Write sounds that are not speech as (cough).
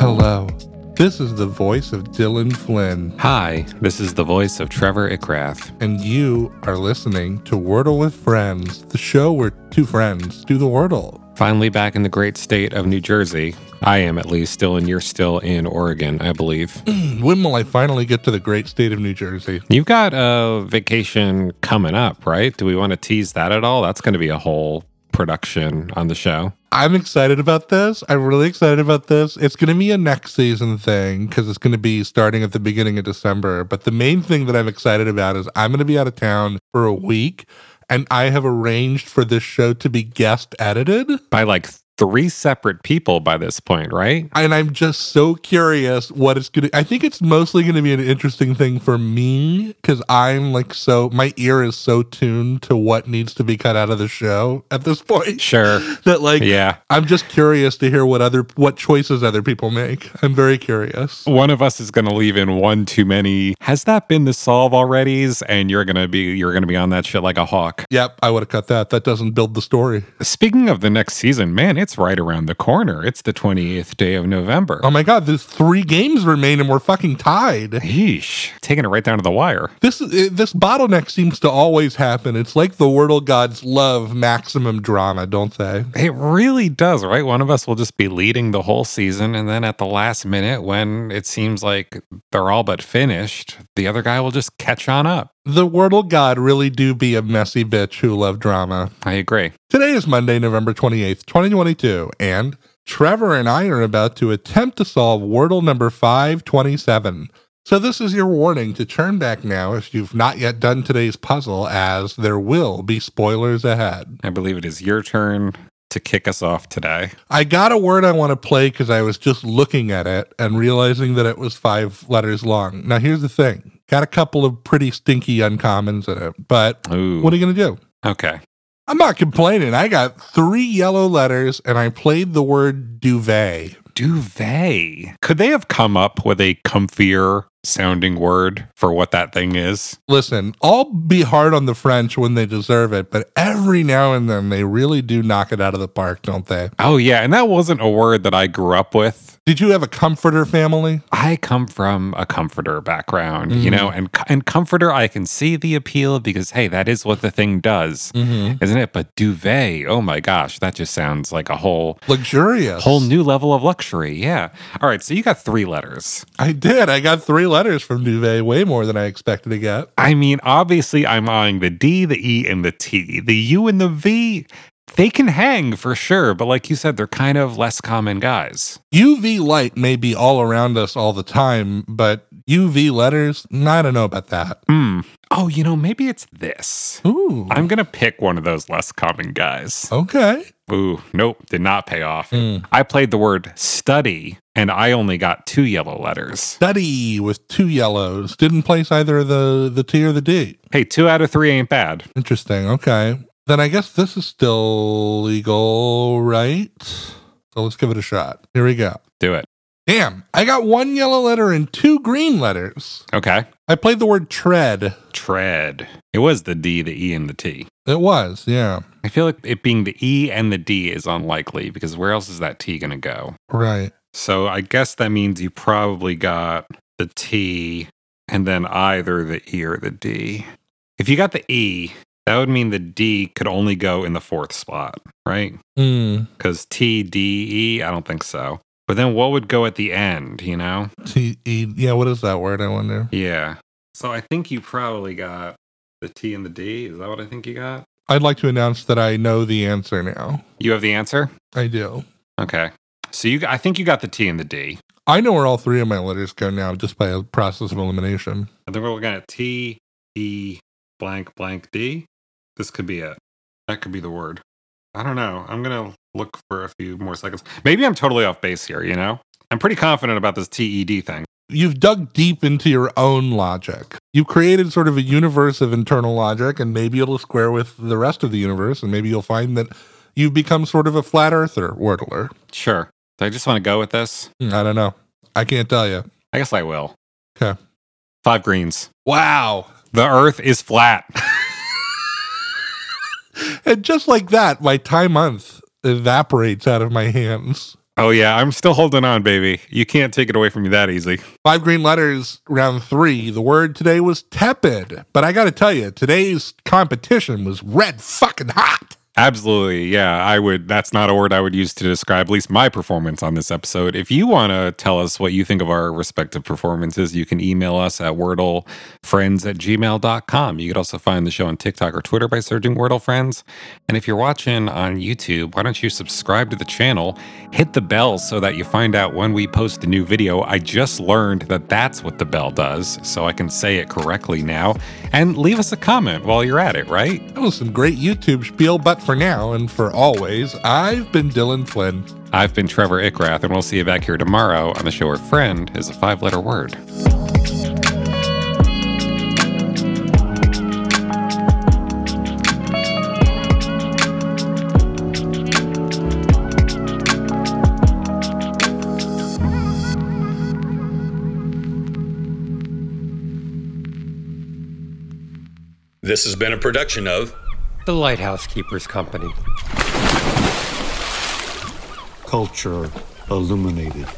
Hello. This is the voice of Dylan Flynn, Hi, this is the voice of Trevor Ickrath. and you are listening to Wordle with Friends, the show where two friends do the Wordle. Finally back in the great state of New Jersey. I am at least still, and you're still in Oregon, I believe. When will I finally get to the great state of New Jersey? You've got a vacation coming up, right? Do we want to tease that at all? That's going to be a whole production on the show. I'm excited about this. I'm really excited about this. It's going to be a next season thing because it's going to be starting at the beginning of December. But the main thing that I'm excited about is I'm going to be out of town for a week, and I have arranged for this show to be guest edited. By like three separate people by this point, right? and I'm just so curious what it's gonna. I think it's mostly gonna be an interesting thing for me because I'm like so my ear is so tuned to what needs to be cut out of the show at this point (laughs) Sure. that like Yeah. I'm just curious to hear what other what choices other people make. I'm very curious. One of us is going to leave in one too many. Has that been the solve already's? And you're going to be you're going to be on that shit like a hawk. Yep, I would have cut that. That doesn't build the story. Speaking of the next season, man, it's right around the corner. It's the 28th day of November. Oh my god, there's three games remain and we're fucking tied. Yeesh. Taking it right down to the wire. This is- this bottleneck seems to always happen. It's like the Wordle gods love maximum drama, don't they? It really does, right? One of us will just be leading the whole season. And then at the last minute, when it seems like they're all but finished, the other guy will just catch on up. The Wordle God really do be a messy bitch who love drama. I agree. Today is Monday, November 28th, 2022, and Trevor and I are about to attempt to solve Wordle number 527. So, this is your warning to turn back now if you've not yet done today's puzzle, as there will be spoilers ahead. I believe it is your turn to kick us off today. I got a word I want to play because I was just looking at it and realizing that it was five letters long. Now, here's the thing got a couple of pretty stinky uncommons in it, but Ooh. what are you going to do? okay. I'm not complaining. I got three yellow letters and I played the word duvet. Duvet. Could they have come up with a comfier sounding word for what that thing is? Listen, I'll be hard on the French when they deserve it, but every now and then they really do knock it out of the park, don't they? Oh, yeah. And that wasn't a word that I grew up with. Did you have a comforter family? I come from a comforter background, you know, and and comforter I can see the appeal because hey, that is what the thing does, Mm-hmm. isn't it? But duvet, oh my gosh, that just sounds like a whole Luxurious. whole new level of luxury. Yeah. All right, so you got three letters. I did. I got three letters from duvet, way more than I expected to get. I mean, obviously I'm eyeing the D, the E, and the T. The U and the V, they can hang for sure, but like you said, they're kind of less common guys. UV light may be all around us all the time, but UV letters, I don't know about that. Hmm. Oh, you know, maybe it's this. Ooh. I'm gonna pick one of those less common guys. okay. Ooh, nope, did not pay off. Mm. I played the word study and I only got two yellow letters. study with two yellows. Didn't place either the the T or the D. Hey, two out of three ain't bad. Interesting. Okay. Then I guess this is still legal, right? So let's give it a shot. Here we go. Do it. Damn, I got one yellow letter and two green letters. Okay. I played the word tread. Tread. It was the D, the E, and the T. It was, yeah. I feel like it being the E and the D is unlikely because where else is that T going to go? Right. So I guess that means you probably got the T and then either the E or the D. If you got the E, that would mean the D could only go in the fourth spot, right? Mm. Because T, D, E, I don't think so. But then what would go at the end, you know? T E. Yeah, what is that word? I wonder. Yeah. So I think you probably got the T and the D. Is that what I think you got? I'd like to announce that I know the answer now. You have the answer? I do. Okay. So you, I think you got the T and the D. I know where all three of my letters go now just by a process of elimination. And then we're looking at T, E, blank, blank, D. This could be it. That could be the word. I don't know. I'm going to look for a few more seconds. Maybe I'm totally off base here, you know? I'm pretty confident about this T, E, D thing. you've dug deep into your own logic. You've created sort of a universe of internal logic, and maybe it'll square with the rest of the universe, and maybe you'll find that you've become sort of a flat earther wordler. Sure. Do I just want to go with this? I don't know. I can't tell you. I guess I will. 'Kay. Five greens. Wow. The earth is flat. (laughs) And just like that, my time month evaporates out of my hands. Oh yeah, I'm still holding on, baby. You can't take it away from me that easy. Five green letters, round three. The word today was tepid, but I got to tell you, today's competition was red fucking hot. Absolutely. Yeah, I would. That's not a word I would use to describe at least my performance on this episode. If you want to tell us what you think of our respective performances, you can email us at wordlefriends at gmail.com. You could also find the show on TikTok or Twitter by searching Wordle Friends. And if you're watching on YouTube, why don't you subscribe to the channel? Hit the bell so that you find out when we post a new video. I just learned that that's what the bell does, so I can say it correctly now. And leave us a comment while you're at it, right? That was some great YouTube spiel, but for now and for always, I've been Dylan Flynn. I've been Trevor Ickrath, and we'll see you back here tomorrow on the show where friend is a five letter word. This has been a production of The Lighthouse Keepers Company. Culture illuminated.